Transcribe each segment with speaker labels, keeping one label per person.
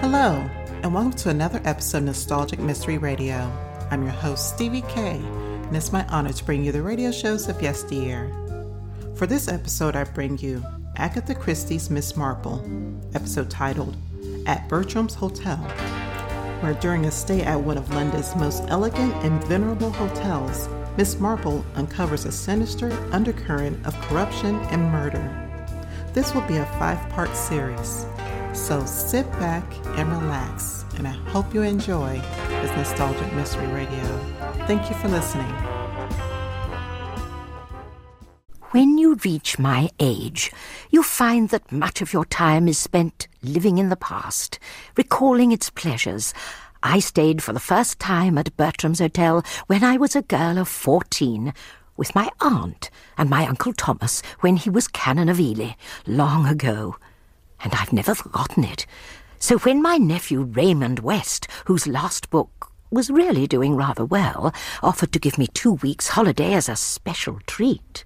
Speaker 1: Hello, and welcome to another episode of Nostalgic Mystery Radio. I'm your host, Stevie K, and it's my honor to bring you the radio shows of yesteryear. For this episode, I bring you Agatha Christie's Miss Marple, episode titled At Bertram's Hotel, where during a stay at one of London's most elegant and venerable hotels, Miss Marple uncovers a sinister undercurrent of corruption and murder. This will be a five part series. So sit back and relax, and I hope you enjoy this nostalgic mystery radio. Thank you for listening.
Speaker 2: When you reach my age, you find that much of your time is spent living in the past, recalling its pleasures. I stayed for the first time at Bertram's Hotel when I was a girl of 14 with my aunt and my Uncle Thomas when he was Canon of Ely, long ago and I've never forgotten it. So when my nephew Raymond West, whose last book was really doing rather well, offered to give me two weeks' holiday as a special treat.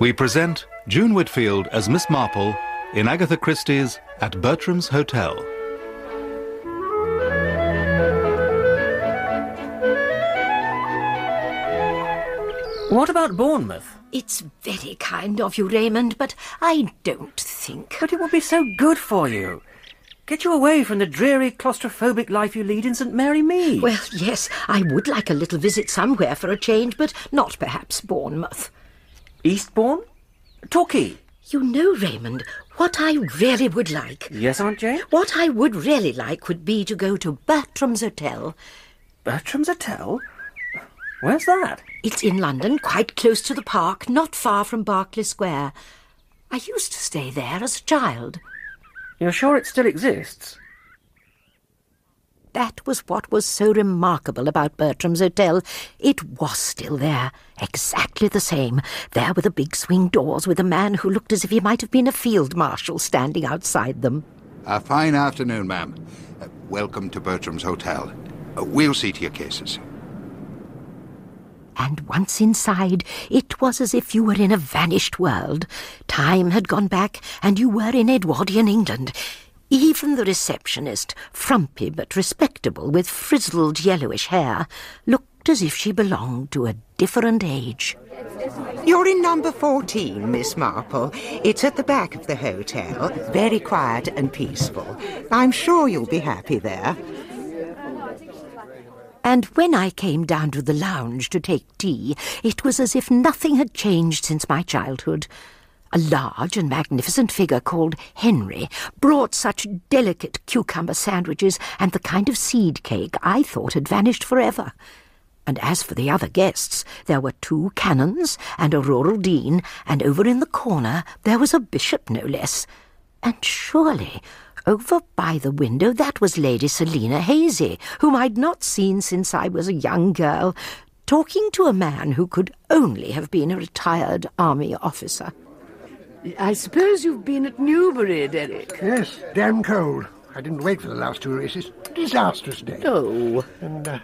Speaker 3: We present June Whitfield as Miss Marple in Agatha Christie's At Bertram's Hotel.
Speaker 4: What about Bournemouth?
Speaker 2: It's very kind of you, Raymond, but I don't think.
Speaker 4: But it would be so good for you. Get you away from the dreary, claustrophobic life you lead in St Mary Mead.
Speaker 2: Well, yes, I would like a little visit somewhere for a change, but not perhaps Bournemouth.
Speaker 4: Eastbourne? Torquay?
Speaker 2: You know, Raymond, what I really would like.
Speaker 4: Yes, Aunt Jane?
Speaker 2: What I would really like would be to go to Bertram's Hotel.
Speaker 4: Bertram's Hotel? Where's that?
Speaker 2: It's in London, quite close to the park, not far from Berkeley Square. I used to stay there as a child.
Speaker 4: You're sure it still exists?
Speaker 2: That was what was so remarkable about Bertram's Hotel. It was still there, exactly the same. There were the big swing doors with a man who looked as if he might have been a field marshal standing outside them.
Speaker 5: A fine afternoon, ma'am. Uh, welcome to Bertram's Hotel. Uh, we'll see to your cases
Speaker 2: and once inside, it was as if you were in a vanished world. Time had gone back, and you were in Edwardian England. Even the receptionist, frumpy but respectable, with frizzled yellowish hair, looked as if she belonged to a different age.
Speaker 6: You're in number 14, Miss Marple. It's at the back of the hotel, very quiet and peaceful. I'm sure you'll be happy there.
Speaker 2: And when I came down to the lounge to take tea, it was as if nothing had changed since my childhood. A large and magnificent figure called Henry brought such delicate cucumber sandwiches and the kind of seed cake I thought had vanished forever. And as for the other guests, there were two canons and a rural dean, and over in the corner there was a bishop, no less. And surely over by the window, that was Lady Selina Hazy, whom I'd not seen since I was a young girl, talking to a man who could only have been a retired army officer.
Speaker 7: I suppose you've been at Newbury, Derek.
Speaker 8: Yes, damn cold. I didn't wait for the last two races. Disastrous day.
Speaker 7: Oh.
Speaker 8: And uh,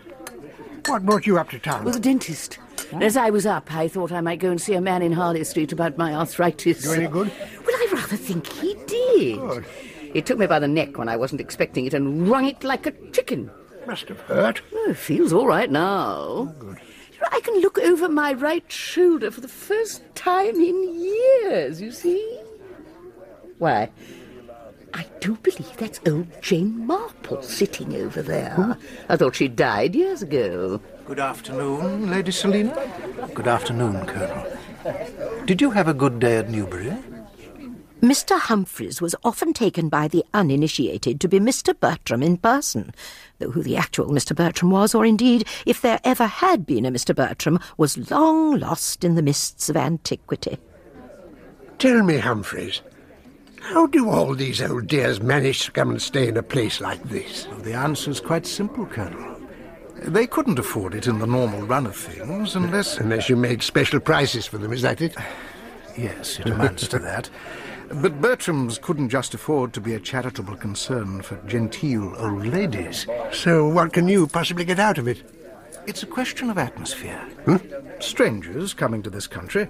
Speaker 8: what brought you up to town? Hmm?
Speaker 7: Well, the dentist. As I was up, I thought I might go and see a man in Harley Street about my arthritis.
Speaker 8: Do any good?
Speaker 7: Well, I rather think he did.
Speaker 8: Good.
Speaker 7: He took me by the neck when I wasn't expecting it and wrung it like a chicken.
Speaker 8: Must have hurt.
Speaker 7: Oh, it feels all right now.
Speaker 8: Good.
Speaker 7: I can look over my right shoulder for the first time in years, you see. Why, I do believe that's old Jane Marple sitting over there. I thought she died years ago.
Speaker 9: Good afternoon, Lady Selina. Good afternoon, Colonel. Did you have a good day at Newbury?
Speaker 2: Mr. Humphreys was often taken by the uninitiated to be Mr. Bertram in person, though who the actual Mr. Bertram was, or indeed if there ever had been a Mr. Bertram, was long lost in the mists of antiquity.
Speaker 8: Tell me, Humphreys, how do all these old dears manage to come and stay in a place like this?
Speaker 9: The answer's quite simple, Colonel. They couldn't afford it in the normal run of things unless.
Speaker 8: Unless you made special prices for them, is that it?
Speaker 9: Yes, it amounts to that. But Bertram's couldn't just afford to be a charitable concern for genteel old ladies.
Speaker 8: So what can you possibly get out of it? Hmm?
Speaker 9: It's a question of atmosphere. Strangers coming to this country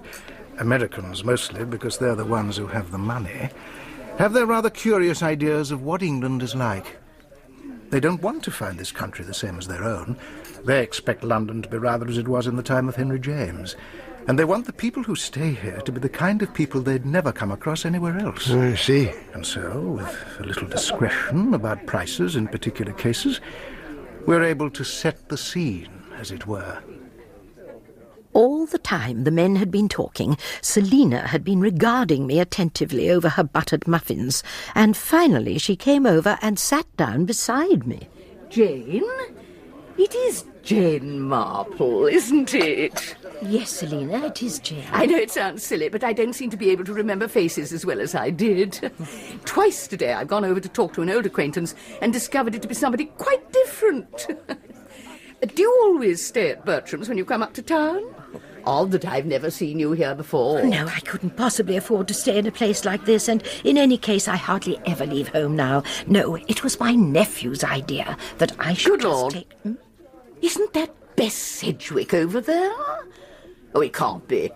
Speaker 9: Americans mostly, because they're the ones who have the money, have their rather curious ideas of what England is like. They don't want to find this country the same as their own. They expect London to be rather as it was in the time of Henry James. And they want the people who stay here to be the kind of people they'd never come across anywhere else.
Speaker 8: I see.
Speaker 9: And so, with a little discretion about prices in particular cases, we're able to set the scene, as it were.
Speaker 2: All the time the men had been talking, Selina had been regarding me attentively over her buttered muffins, and finally she came over and sat down beside me.
Speaker 7: Jane? It is Jane Marple, isn't it?
Speaker 2: Yes, Selina, it is Jane.
Speaker 7: I know it sounds silly, but I don't seem to be able to remember faces as well as I did. Twice today I've gone over to talk to an old acquaintance and discovered it to be somebody quite different. Do you always stay at Bertram's when you come up to town? Odd that I've never seen you here before.
Speaker 2: No, I couldn't possibly afford to stay in a place like this, and in any case, I hardly ever leave home now. No, it was my nephew's idea that I should
Speaker 7: Good
Speaker 2: just
Speaker 7: Lord.
Speaker 2: take. hmm?
Speaker 7: Isn't that Bess Sedgwick over there? Oh, it can't be.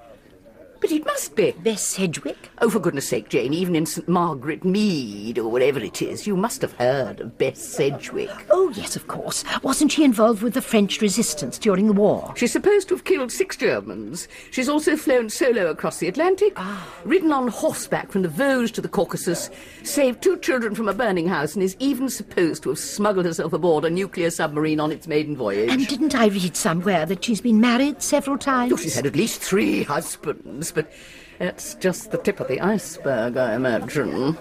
Speaker 7: But it must be.
Speaker 2: Bess Sedgwick?
Speaker 7: Oh, for goodness sake, Jane, even in St. Margaret Mead or whatever it is, you must have heard of Bess Sedgwick.
Speaker 2: Oh, yes, of course. Wasn't she involved with the French resistance during the war?
Speaker 7: She's supposed to have killed six Germans. She's also flown solo across the Atlantic,
Speaker 2: Ah.
Speaker 7: ridden on horseback from the Vosges to the Caucasus, saved two children from a burning house, and is even supposed to have smuggled herself aboard a nuclear submarine on its maiden voyage.
Speaker 2: And didn't I read somewhere that she's been married several times?
Speaker 7: Oh, she's had at least three husbands, but that's just the tip of the iceberg, I imagine.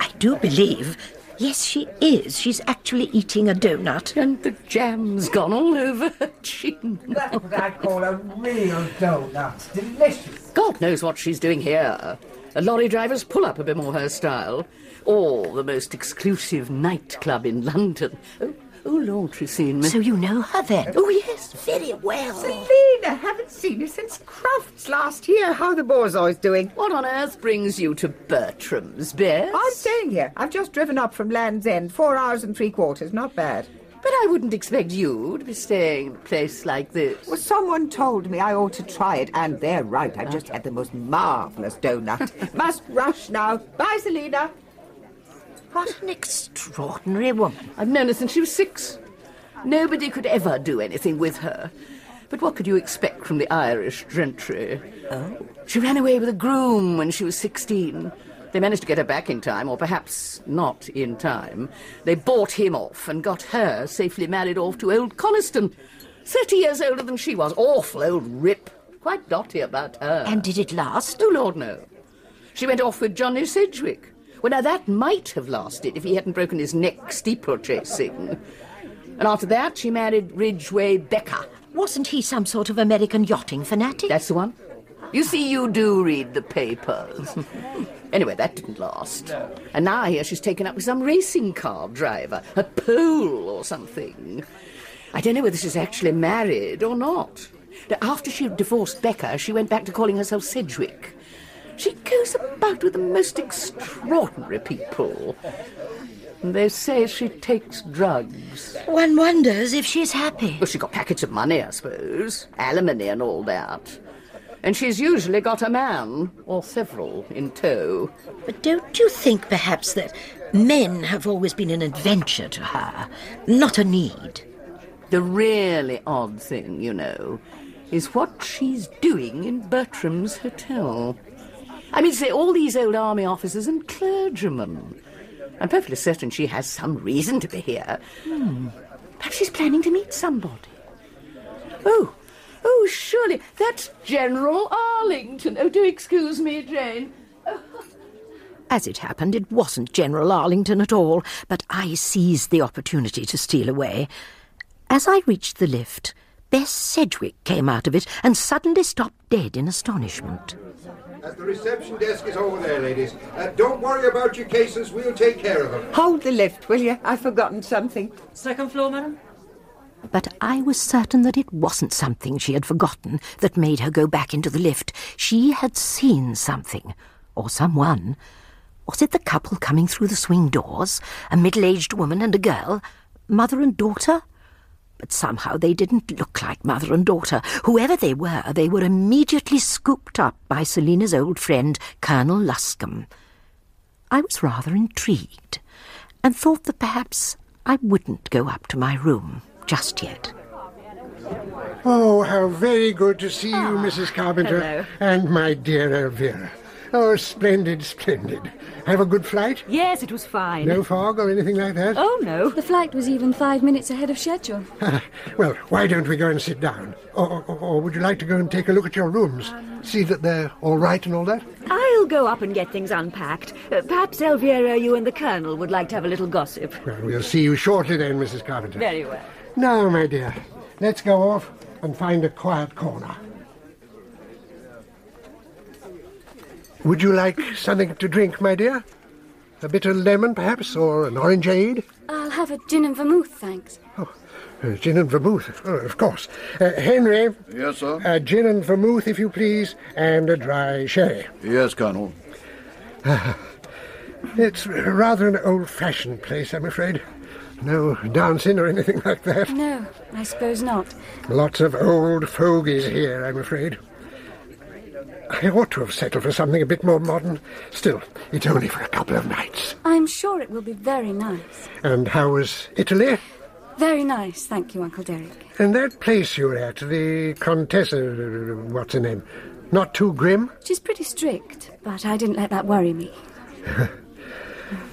Speaker 2: I do believe. Yes, she is. She's actually eating a donut.
Speaker 7: And the jam's gone all over her chin.
Speaker 10: That's what I call a real donut. Delicious.
Speaker 7: God knows what she's doing here. A lorry driver's pull up a bit more her style. Or the most exclusive nightclub in London. Oh, oh Lord, she's seen me.
Speaker 2: So you know her then?
Speaker 7: oh, yes, very well.
Speaker 10: Selena, haven't seen you since Crofts last year. How the Borzoi's doing?
Speaker 7: What on earth brings you to Bertram's, Bess?
Speaker 10: I'm staying here. I've just driven up from Land's End. Four hours and three quarters. Not bad.
Speaker 7: But I wouldn't expect you to be staying in a place like this.
Speaker 6: Well, someone told me I ought to try it, and they're right. I've just had the most marvellous donut.
Speaker 10: Must rush now. Bye, Selena.
Speaker 2: What an extraordinary woman.
Speaker 7: I've known her since she was six. Nobody could ever do anything with her. But what could you expect from the Irish gentry? Oh. She ran away with a groom when she was 16. They managed to get her back in time, or perhaps not in time. They bought him off and got her safely married off to old Coniston. Thirty years older than she was. Awful old rip. Quite dotty about her.
Speaker 2: And did it last?
Speaker 7: Oh, Lord, no. She went off with Johnny Sedgwick. Well, now that might have lasted if he hadn't broken his neck steeplechasing. And after that, she married Ridgway Becker.
Speaker 2: Wasn't he some sort of American yachting fanatic?
Speaker 7: That's the one. You see, you do read the papers. anyway, that didn't last. And now I hear she's taken up with some racing car driver, a pole or something. I don't know whether she's actually married or not. Now, after she divorced Becker, she went back to calling herself Sedgwick. She goes about with the most extraordinary people. And they say she takes drugs.
Speaker 2: One wonders if she's happy.
Speaker 7: Well, she got packets of money, I suppose. Alimony and all that. And she's usually got a man, or several, in tow.
Speaker 2: But don't you think perhaps that men have always been an adventure to her, not a need?
Speaker 7: The really odd thing, you know, is what she's doing in Bertram's Hotel. I mean, say, all these old army officers and clergymen. I'm perfectly certain she has some reason to be here. Perhaps she's planning to meet somebody. Oh, oh, surely that's General Arlington. Oh, do excuse me, Jane.
Speaker 2: As it happened, it wasn't General Arlington at all, but I seized the opportunity to steal away. As I reached the lift, Bess Sedgwick came out of it and suddenly stopped dead in astonishment.
Speaker 5: the reception desk is over there, ladies. Uh, don't worry about your cases. We'll take care of them.
Speaker 6: Hold the lift, will you? I've forgotten something.
Speaker 11: Second floor, madam?
Speaker 2: But I was certain that it wasn't something she had forgotten that made her go back into the lift. She had seen something, or someone. Was it the couple coming through the swing doors? A middle aged woman and a girl? Mother and daughter? But somehow they didn't look like mother and daughter. Whoever they were, they were immediately scooped up by Selina's old friend, Colonel Luscombe. I was rather intrigued and thought that perhaps I wouldn't go up to my room just yet.
Speaker 8: Oh, how very good to see you, Mrs. Carpenter.
Speaker 11: Ah, hello.
Speaker 8: And my dear Elvira. Oh, splendid, splendid. Have a good flight?
Speaker 11: Yes, it was fine.
Speaker 8: No fog or anything like that?
Speaker 11: Oh, no. The flight was even five minutes ahead of schedule.
Speaker 8: well, why don't we go and sit down? Or, or, or would you like to go and take a look at your rooms? See that they're all right and all that?
Speaker 11: I'll go up and get things unpacked. Uh, perhaps, Elvira, you and the Colonel would like to have a little gossip.
Speaker 8: Well, we'll see you shortly then, Mrs. Carpenter.
Speaker 11: Very well.
Speaker 8: Now, my dear, let's go off and find a quiet corner. Would you like something to drink, my dear? A bit of lemon, perhaps, or an orangeade?
Speaker 12: I'll have a gin and vermouth, thanks.
Speaker 8: Uh, gin and vermouth, oh, of course. Uh, Henry.
Speaker 13: Yes, sir?
Speaker 8: A gin and vermouth, if you please, and a dry sherry.
Speaker 13: Yes, Colonel.
Speaker 8: It's rather an old-fashioned place, I'm afraid. No dancing or anything like that.
Speaker 12: No, I suppose not.
Speaker 8: Lots of old fogies here, I'm afraid. I ought to have settled for something a bit more modern. Still, it's only for a couple of nights.
Speaker 12: I'm sure it will be very nice.
Speaker 8: And how was Italy?
Speaker 12: Very nice, thank you, Uncle Derek.
Speaker 8: And that place you were at, the Contessa, what's her name? Not too grim?
Speaker 12: She's pretty strict, but I didn't let that worry me.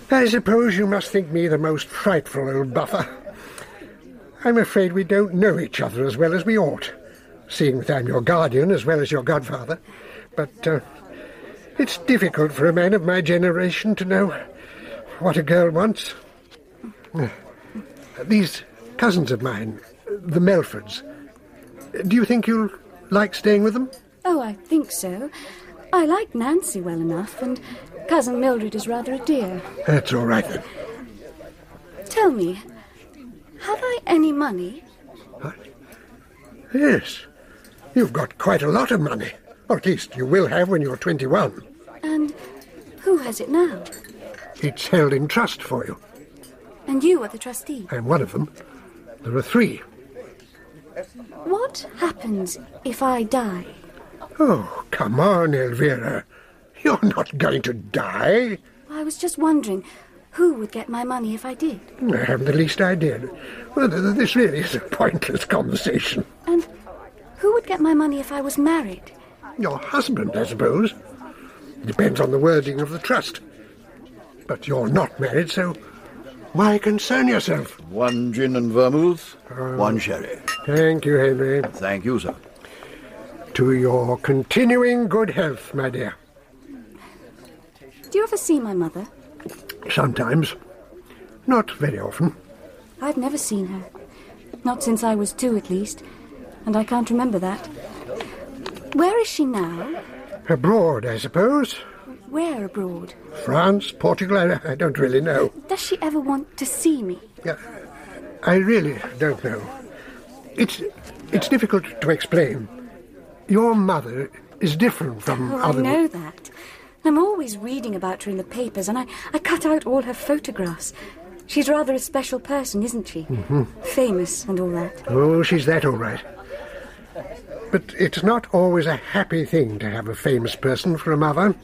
Speaker 8: I suppose you must think me the most frightful old buffer. I'm afraid we don't know each other as well as we ought, seeing that I'm your guardian as well as your godfather. But uh, it's difficult for a man of my generation to know what a girl wants. Uh, These cousins of mine, the Melfords, do you think you'll like staying with them?
Speaker 12: Oh, I think so. I like Nancy well enough, and Cousin Mildred is rather a dear.
Speaker 8: That's all right then.
Speaker 12: Tell me, have I any money?
Speaker 8: Yes, you've got quite a lot of money. Or at least you will have when you're 21.
Speaker 12: And who has it now?
Speaker 8: It's held in trust for you.
Speaker 12: And you are the trustee.
Speaker 8: I'm one of them. There are three.
Speaker 12: What happens if I die?
Speaker 8: Oh, come on, Elvira. You're not going to die.
Speaker 12: I was just wondering who would get my money if I did.
Speaker 8: I haven't the least idea. Well, th- th- this really is a pointless conversation.
Speaker 12: And who would get my money if I was married?
Speaker 8: Your husband, I suppose. Depends on the wording of the trust. But you're not married, so why concern yourself? Oh.
Speaker 13: One gin and vermouth, one sherry.
Speaker 8: Thank you, Henry.
Speaker 13: Thank you, sir.
Speaker 8: To your continuing good health, my dear.
Speaker 12: Do you ever see my mother?
Speaker 8: Sometimes. Not very often.
Speaker 12: I've never seen her. Not since I was two, at least. And I can't remember that. Where is she now?
Speaker 8: Abroad, I suppose.
Speaker 12: Where abroad?
Speaker 8: France, Portugal, I, I don't really know.
Speaker 12: Does she ever want to see me?
Speaker 8: I really don't know. It's, it's difficult to explain. Your mother is different from
Speaker 12: Oh, I
Speaker 8: Mm, other
Speaker 12: know that. I'm always reading about her in the papers, and I, I cut out all her photographs. She's rather a special person, isn't she?
Speaker 8: Mhm.
Speaker 12: Famous and all that.
Speaker 8: Oh, she's that all right. But it's not always a happy thing to have a famous person for a mother.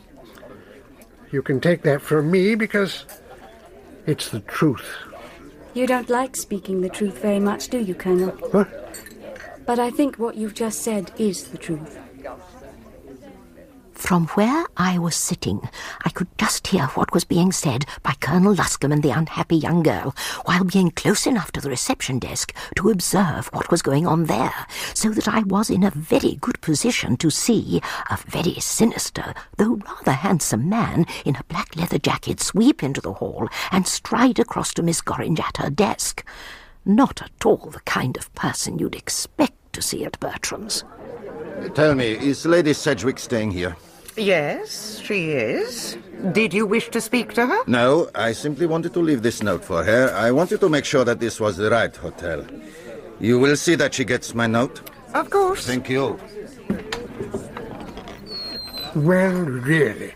Speaker 8: You can take that from me because it's the truth.
Speaker 12: You don't like speaking the truth very much, do you, Colonel?
Speaker 8: What?
Speaker 12: But I think what you've just said is the truth.
Speaker 2: From where I was sitting, I could just hear what was being said by Colonel Luscombe and the unhappy young girl, while being close enough to the reception desk to observe what was going on there, so that I was in a very good position to see a very sinister, though rather handsome man in a black leather jacket sweep into the hall and stride across to Miss Gorringe at her desk. Not at all the kind of person you'd expect to see at Bertram's.
Speaker 5: Tell me, is Lady Sedgwick staying here?
Speaker 6: Yes, she is. Did you wish to speak to her?
Speaker 5: No, I simply wanted to leave this note for her. I wanted to make sure that this was the right hotel. You will see that she gets my note.
Speaker 6: Of course.
Speaker 5: Thank you.
Speaker 8: Well, really.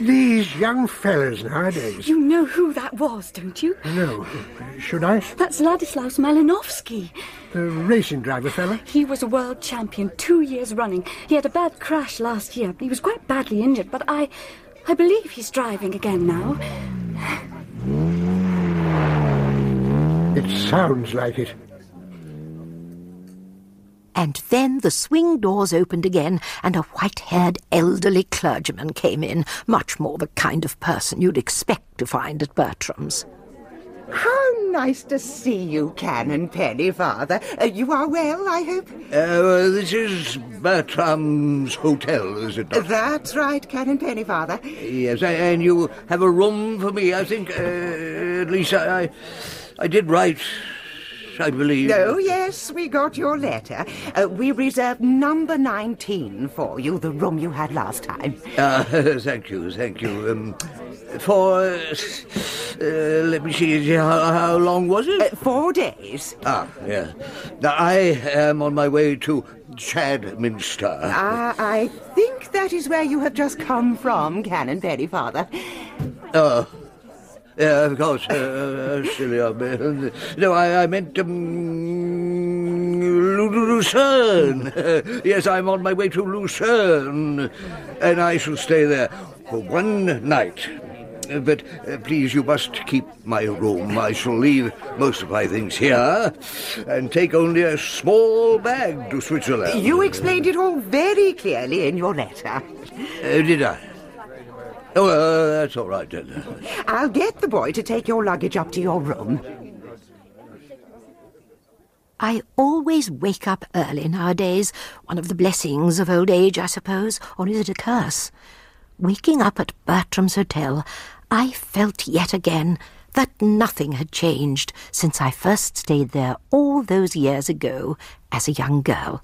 Speaker 8: These young fellows nowadays.
Speaker 12: You know who that was, don't you?
Speaker 8: No. Uh, Should I?
Speaker 12: That's Ladislaus Malinowski.
Speaker 8: The racing driver fella?
Speaker 12: He was a world champion two years running. He had a bad crash last year. He was quite badly injured, but I. I believe he's driving again now.
Speaker 8: It sounds like it.
Speaker 2: And then the swing doors opened again, and a white haired elderly clergyman came in, much more the kind of person you'd expect to find at Bertram's.
Speaker 6: How nice to see you, Canon Pennyfather. Uh, you are well, I hope?
Speaker 14: Uh, this is Bertram's Hotel, is it not?
Speaker 6: That's right, Canon Pennyfather.
Speaker 14: Yes, I- and you have a room for me, I think. Uh, at least I, I, I did write, I believe.
Speaker 6: Oh, yes, we got your letter. Uh, we reserved number 19 for you, the room you had last time.
Speaker 14: Ah, thank you, thank you. Um, for, uh, let me see, how, how long was it?
Speaker 6: Uh, four days.
Speaker 14: Ah, yeah. Now, I am on my way to Chadminster.
Speaker 6: Ah, I think that is where you have just come from, Canon Pennyfather.
Speaker 14: Oh. Yeah, of course. Uh, uh, silly old man. No, I, I meant um, Lu- Lu- Lucerne. yes, I'm on my way to Lucerne, and I shall stay there for one night. Uh, But uh, please, you must keep my room. I shall leave most of my things here and take only a small bag to Switzerland.
Speaker 6: You explained it all very clearly in your letter.
Speaker 14: Uh, did I? Oh, uh, that's all right then.
Speaker 6: I'll get the boy to take your luggage up to your room.
Speaker 2: I always wake up early nowadays, one of the blessings of old age, I suppose, or is it a curse? Waking up at Bertram's Hotel, I felt yet again that nothing had changed since I first stayed there all those years ago as a young girl.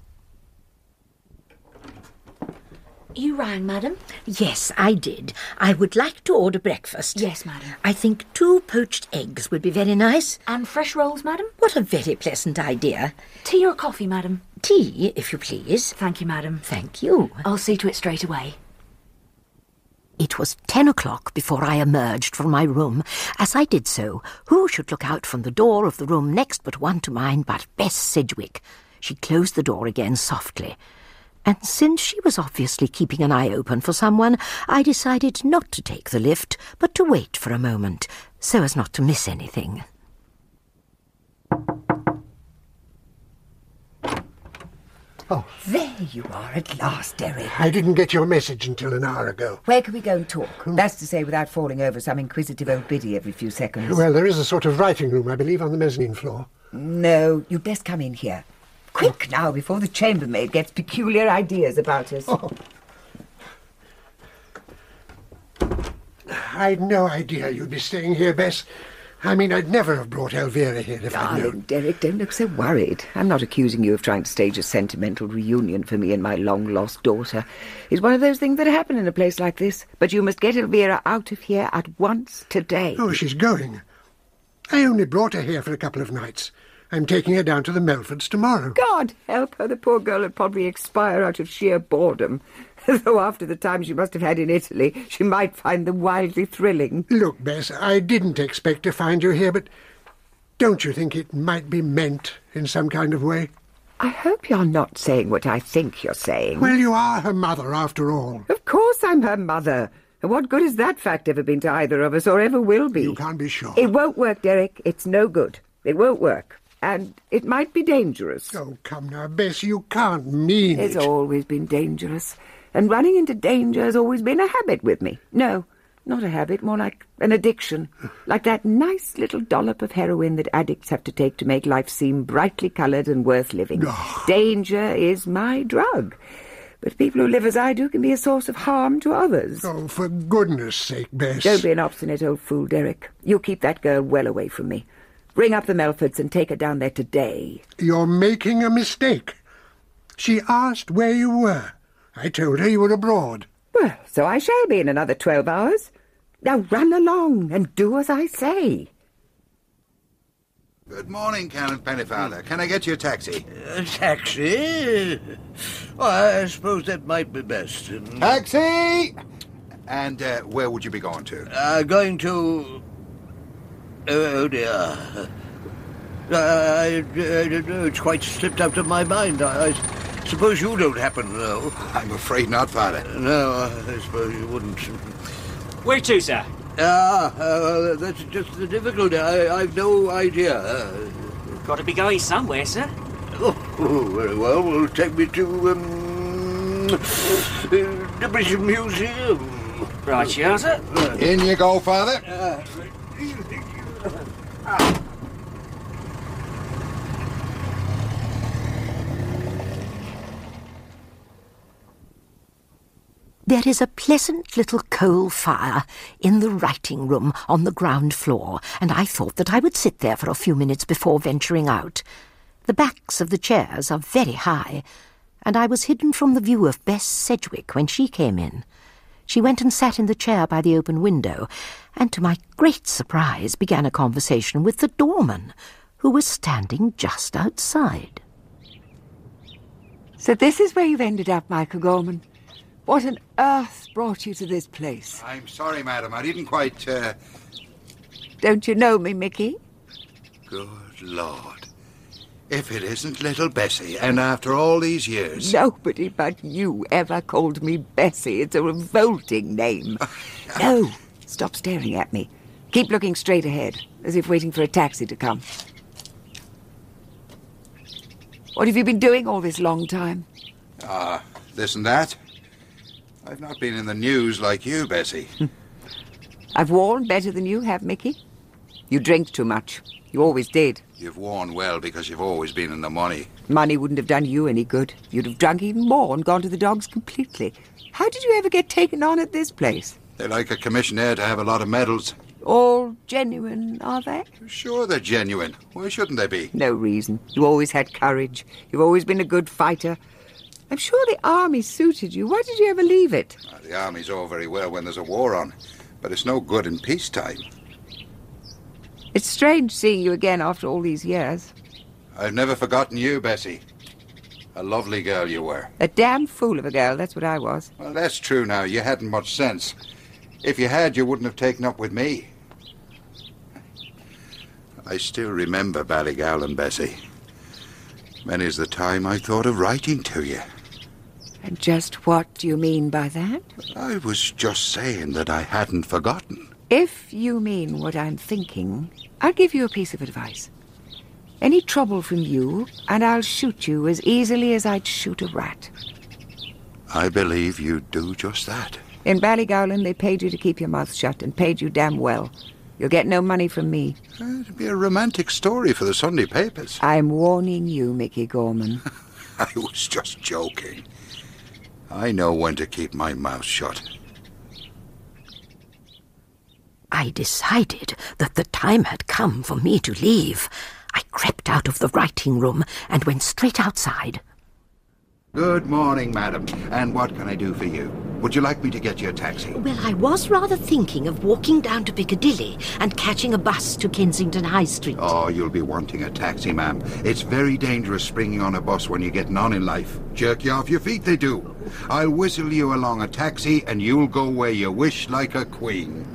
Speaker 15: You rang, madam?
Speaker 16: Yes, I did. I would like to order breakfast.
Speaker 15: Yes, madam.
Speaker 16: I think two poached eggs would be very nice.
Speaker 15: And fresh rolls, madam?
Speaker 16: What a very pleasant idea.
Speaker 15: Tea or coffee, madam?
Speaker 16: Tea, if you please.
Speaker 15: Thank you, madam.
Speaker 16: Thank you.
Speaker 15: I'll see to it straight away.
Speaker 2: It was ten o'clock before I emerged from my room. As I did so, who should look out from the door of the room next but one to mine but Bess Sidgwick? She closed the door again softly. And since she was obviously keeping an eye open for someone, I decided not to take the lift, but to wait for a moment, so as not to miss anything.
Speaker 17: There you are at last, Derek.
Speaker 8: Oh. I didn't get your message until an hour ago. Hmm.
Speaker 17: Where can we go and talk? That's to say, without falling over some inquisitive old biddy every few seconds.
Speaker 8: Well, there is a sort of writing room, I believe, on the mezzanine floor.
Speaker 17: No, you'd best come in here. Quick now, before the chambermaid gets peculiar ideas about us.
Speaker 8: Oh, I'd no idea you'd be staying here, Bess. I mean, I'd never have brought Elvira here if I'd known.
Speaker 17: Darling Derek, don't look so worried. I'm not accusing you of trying to stage a sentimental reunion for me and my long lost daughter. It's one of those things that happen in a place like this. But you must get Elvira out of here at once today.
Speaker 8: Oh, she's going. I only brought her here for a couple of nights. I'm taking her down to the Melfords tomorrow.
Speaker 17: God help her, the poor girl would probably expire out of sheer boredom. Though after the time she must have had in Italy, she might find them wildly thrilling.
Speaker 8: Look, Bess, I didn't expect to find you here, but don't you think it might be meant in some kind of way?
Speaker 17: I hope you're not saying what I think you're saying.
Speaker 8: Well, you are her mother, after all.
Speaker 17: Of course I'm her mother. And what good has that fact ever been to either of us, or ever will be? You
Speaker 8: can't be sure.
Speaker 17: It won't work, Derek. It's no good. It won't work. And it might be dangerous.
Speaker 8: Oh, come now, Bess, you can't mean
Speaker 17: It's
Speaker 8: it.
Speaker 17: always been dangerous. And running into danger has always been a habit with me. No, not a habit, more like an addiction. Like that nice little dollop of heroin that addicts have to take to make life seem brightly coloured and worth living. danger is my drug. But people who live as I do can be a source of harm to others.
Speaker 8: Oh, for goodness sake, Bess.
Speaker 17: Don't be an obstinate old fool, Derek. You keep that girl well away from me. Ring up the Melfords and take her down there today.
Speaker 8: You're making a mistake. She asked where you were. I told her you were abroad.
Speaker 17: Well, so I shall be in another twelve hours. Now run along and do as I say.
Speaker 5: Good morning, Canon Pennyfather. Can I get you a taxi?
Speaker 14: A taxi? Well, I suppose that might be best.
Speaker 5: Taxi!
Speaker 13: And uh, where would you be going to?
Speaker 14: Uh, going to. Oh dear. I, I, I don't know. It's quite slipped out of my mind. I, I suppose you don't happen to know.
Speaker 13: I'm afraid not, Father.
Speaker 14: No, I suppose you wouldn't.
Speaker 18: Where to, sir?
Speaker 14: Ah, uh, that's just the difficulty. I, I've no idea.
Speaker 18: Got to be going somewhere, sir.
Speaker 14: Oh, oh, very well. Well, take me to um, the British Museum. Uh,
Speaker 18: Right, you are, sir.
Speaker 13: In you go, Father.
Speaker 2: There is a pleasant little coal fire in the writing room on the ground floor, and I thought that I would sit there for a few minutes before venturing out. The backs of the chairs are very high, and I was hidden from the view of Bess Sedgwick when she came in. She went and sat in the chair by the open window, and to my great surprise began a conversation with the doorman, who was standing just outside.
Speaker 17: So this is where you've ended up, Michael Gorman. What on earth brought you to this place?
Speaker 13: I'm sorry, madam. I didn't quite. Uh...
Speaker 17: Don't you know me, Mickey?
Speaker 13: Good Lord. If it isn't little Bessie, and after all these years.
Speaker 17: Nobody but you ever called me Bessie. It's a revolting name. no, stop staring at me. Keep looking straight ahead, as if waiting for a taxi to come. What have you been doing all this long time?
Speaker 13: Ah, this and that. I've not been in the news like you, Bessie.
Speaker 17: I've worn better than you have, Mickey. You drink too much. You always did.
Speaker 13: You've worn well because you've always been in the money.
Speaker 17: Money wouldn't have done you any good. You'd have drunk even more and gone to the dogs completely. How did you ever get taken on at this place?
Speaker 13: They like a commissionaire to have a lot of medals.
Speaker 17: All genuine, are they?
Speaker 13: Sure, they're genuine. Why shouldn't they be?
Speaker 17: No reason. You always had courage. You've always been a good fighter. I'm sure the army suited you. Why did you ever leave it?
Speaker 13: Ah, The army's all very well when there's a war on, but it's no good in peacetime.
Speaker 17: It's strange seeing you again after all these years.
Speaker 13: I've never forgotten you, Bessie. A lovely girl you were.
Speaker 17: A damn fool of a girl, that's what I was.
Speaker 13: Well, that's true now. You hadn't much sense. If you had, you wouldn't have taken up with me. I still remember Ballygallon, Bessie. Many's the time I thought of writing to you.
Speaker 17: And just what do you mean by that?
Speaker 13: I was just saying that I hadn't forgotten.
Speaker 17: If you mean what I'm thinking, I'll give you a piece of advice. Any trouble from you, and I'll shoot you as easily as I'd shoot a rat.
Speaker 13: I believe you do just that.
Speaker 17: In Ballygowland, they paid you to keep your mouth shut, and paid you damn well. You'll get no money from me.
Speaker 13: It'd be a romantic story for the Sunday papers.
Speaker 17: I'm warning you, Mickey Gorman.
Speaker 13: I was just joking. I know when to keep my mouth shut.
Speaker 2: I decided that the time had come for me to leave. I crept out of the writing room and went straight outside.
Speaker 13: Good morning, madam. And what can I do for you? Would you like me to get you a taxi?
Speaker 19: Well, I was rather thinking of walking down to Piccadilly and catching a bus to Kensington High Street.
Speaker 13: Oh, you'll be wanting a taxi, ma'am. It's very dangerous springing on a bus when you're getting on in life. Jerk you off your feet, they do. I'll whistle you along a taxi and you'll go where you wish like a queen.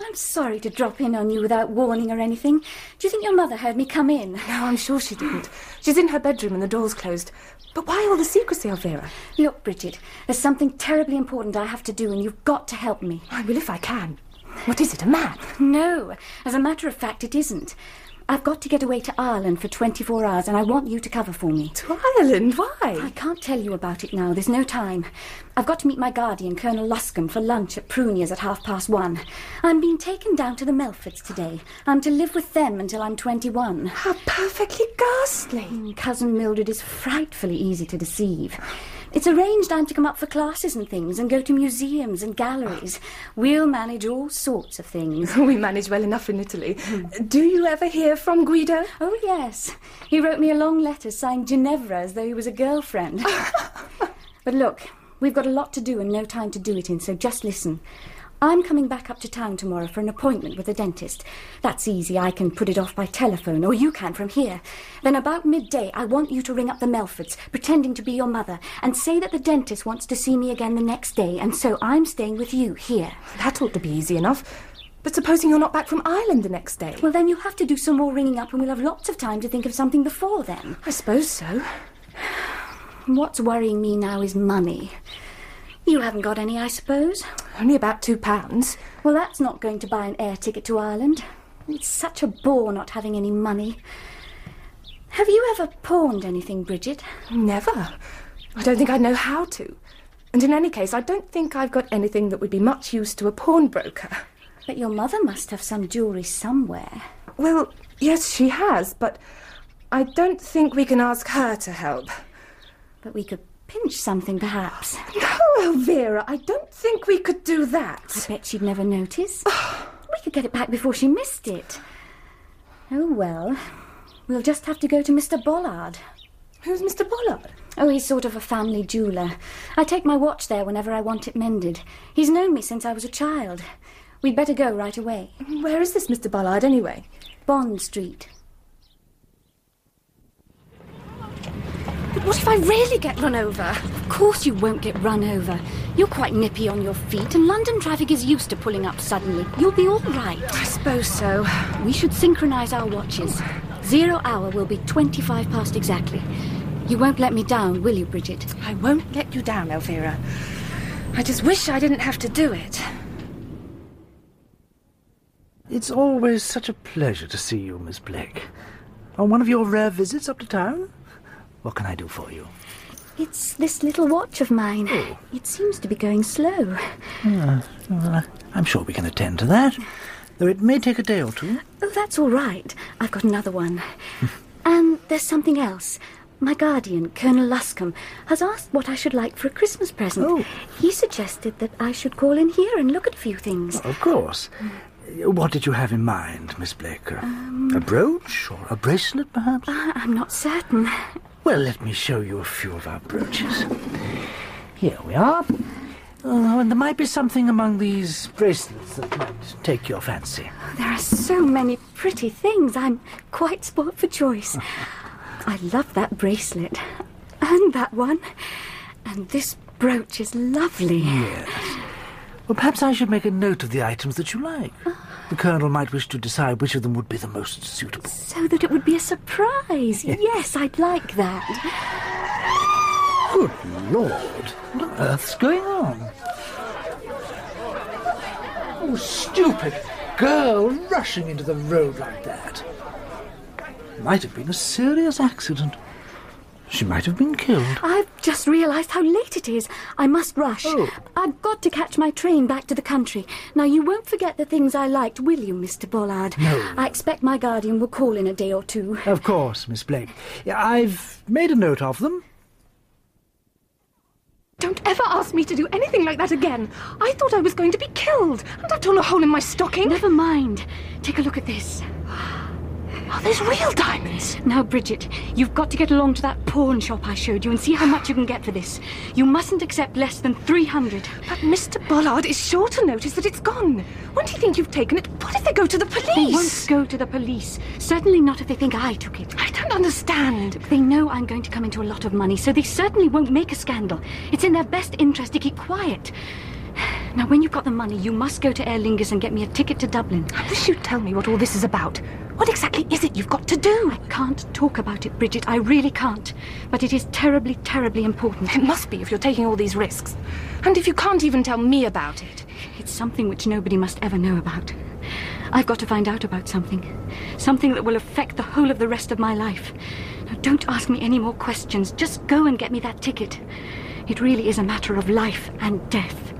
Speaker 12: I'm sorry to drop in on you without warning or anything. Do you think your mother heard me come in? No, I'm sure she didn't.
Speaker 20: She's in her bedroom and the door's closed. But why all the secrecy, Elvira?
Speaker 12: Look, Bridget, there's something terribly important I have to do, and you've got to help me.
Speaker 20: I will if I can. What is it, a map?
Speaker 12: No, as a matter of fact, it isn't. I've got to get away to Ireland for 24 hours, and I want you to cover for me.
Speaker 20: To Ireland? Why?
Speaker 12: I can't tell you about it now. There's no time. I've got to meet my guardian, Colonel Luscombe, for lunch at Prunier's at half past one. I'm being taken down to the Melfords today. I'm to live with them until I'm 21.
Speaker 20: How perfectly ghastly.
Speaker 12: Mm, Cousin Mildred is frightfully easy to deceive. It's arranged I'm to come up for classes and things and go to museums and galleries. We'll manage all sorts of things.
Speaker 20: We manage well enough in Italy. Do you ever hear from Guido?
Speaker 12: Oh, yes. He wrote me a long letter signed Ginevra as though he was a girlfriend. but look, we've got a lot to do and no time to do it in, so just listen. I'm coming back up to town tomorrow for an appointment with a dentist. That's easy. I can put it off by telephone, or you can from here. Then about midday, I want you to ring up the Melfords, pretending to be your mother, and say that the dentist wants to see me again the next day, and so I'm staying with you here.
Speaker 2: That ought to be easy enough. But supposing you're not back from Ireland the next day?
Speaker 12: Well, then you'll have to do some more ringing up, and we'll have lots of time to think of something before then.
Speaker 2: I suppose so.
Speaker 12: What's worrying me now is money. You haven't got any, I suppose?
Speaker 2: Only about two pounds.
Speaker 12: Well, that's not going to buy an air ticket to Ireland. It's such a bore not having any money. Have you ever pawned anything, Bridget?
Speaker 2: Never. I don't think I'd know how to. And in any case, I don't think I've got anything that would be much use to a pawnbroker.
Speaker 12: But your mother must have some jewellery somewhere.
Speaker 2: Well, yes, she has, but I don't think we can ask her to help.
Speaker 12: But we could pinch something, perhaps.
Speaker 2: No, Oh, Elvira, I don't think we could do that. Oh.
Speaker 12: I bet she'd never notice. we could get it back before she missed it. Oh, well. We'll just have to go to Mr. Bollard.
Speaker 2: Who's Mr. Bollard?
Speaker 12: Oh, he's sort of a family jeweller. I take my watch there whenever I want it mended. He's known me since I was a child. We'd better go right away.
Speaker 2: Where is this Mr. Bollard, anyway?
Speaker 12: Bond Street.
Speaker 2: But what if I really get run over?
Speaker 12: Of course you won't get run over. You're quite nippy on your feet, and London traffic is used to pulling up suddenly. You'll be all right.
Speaker 2: I suppose so.
Speaker 12: We should synchronize our watches. Zero hour will be 25 past exactly. You won't let me down, will you, Bridget?
Speaker 2: I won't let you down, Elvira. I just wish I didn't have to do it.
Speaker 10: It's always such a pleasure to see you, Miss Blake. On one of your rare visits up to town? What can I do for you?
Speaker 12: It's this little watch of mine. Oh. It seems to be going slow. Hmm.
Speaker 10: Ah, well, I'm sure we can attend to that, though it may take a day or two.
Speaker 12: Oh, that's all right. I've got another one. and there's something else. My guardian, Colonel Luscombe, has asked what I should like for a Christmas present.
Speaker 10: Oh.
Speaker 12: He suggested that I should call in here and look at a few things.
Speaker 10: Well, of course. What did you have in mind, Miss Blake? Um, a brooch or a bracelet, perhaps?
Speaker 12: Uh, I'm not certain.
Speaker 10: Well, let me show you a few of our brooches. Here we are. Oh, and there might be something among these bracelets that might take your fancy.
Speaker 12: Oh, there are so many pretty things. I'm quite spoilt for choice. I love that bracelet. And that one. And this brooch is lovely.
Speaker 10: Mm. Yes. Well, perhaps I should make a note of the items that you like. The Colonel might wish to decide which of them would be the most suitable.
Speaker 12: So that it would be a surprise. Yes, yes I'd like that.
Speaker 10: Good Lord. What on earth's going on? Oh, stupid girl rushing into the road like that. Might have been a serious accident. She might have been killed.
Speaker 12: I've just realised how late it is. I must rush.
Speaker 10: Oh.
Speaker 12: I've got to catch my train back to the country. Now, you won't forget the things I liked, will you, Mr. Bollard?
Speaker 10: No.
Speaker 12: I expect my guardian will call in a day or two.
Speaker 10: Of course, Miss Blake. Yeah, I've made a note of them.
Speaker 2: Don't ever ask me to do anything like that again. I thought I was going to be killed, and I've torn a hole in my stocking.
Speaker 12: Never mind. Take a look at this.
Speaker 2: Are those Oh, real diamonds?
Speaker 12: Now, Bridget, you've got to get along to that pawn shop I showed you and see how much you can get for this. You mustn't accept less than 300.
Speaker 2: But Mr. Bollard is sure to notice that it's gone. Won't he think you've taken it? What if they go to the police?
Speaker 12: They won't go to the police. Certainly not if they think I took it.
Speaker 2: I don't understand.
Speaker 12: They know I'm going to come into a lot of money, so they certainly won't make a scandal. It's in their best interest to keep quiet. Now, when you've got the money, you must go to Aer Lingus and get me a ticket to Dublin.
Speaker 2: I wish you'd tell me what all this is about. What exactly is it you've got to do?
Speaker 12: I can't talk about it, Bridget. I really can't. But it is terribly, terribly important.
Speaker 2: It must be if you're taking all these risks. And if you can't even tell me about it.
Speaker 12: It's something which nobody must ever know about. I've got to find out about something. Something that will affect the whole of the rest of my life. Now, don't ask me any more questions. Just go and get me that ticket. It really is a matter of life and death.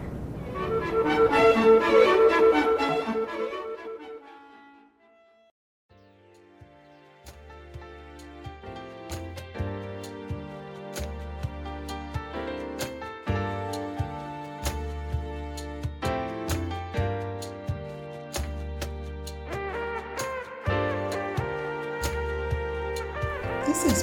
Speaker 1: This has